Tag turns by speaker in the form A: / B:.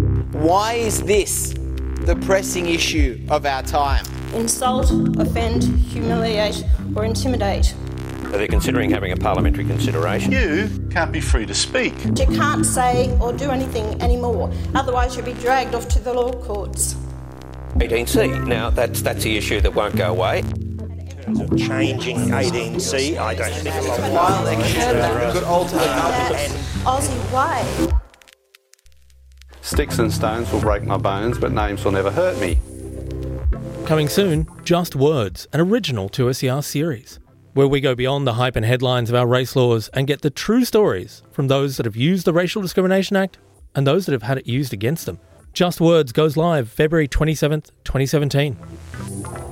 A: Why is this the pressing issue of our time?
B: insult, offend, humiliate, or intimidate.
C: They're considering having a parliamentary consideration.
D: You can't be free to speak.
B: You can't say or do anything anymore, otherwise, you'll be dragged off to the law courts.
C: 18C. Now, that's, that's the issue that won't go away.
E: Changing 18C, I don't think a lot.
A: While they can, they could alter the
B: That's Aussie way.
F: Sticks and stones will break my bones, but names will never hurt me.
G: Coming soon, Just Words, an original 2SER series, where we go beyond the hype and headlines of our race laws and get the true stories from those that have used the Racial Discrimination Act and those that have had it used against them. Just Words goes live February 27th, 2017.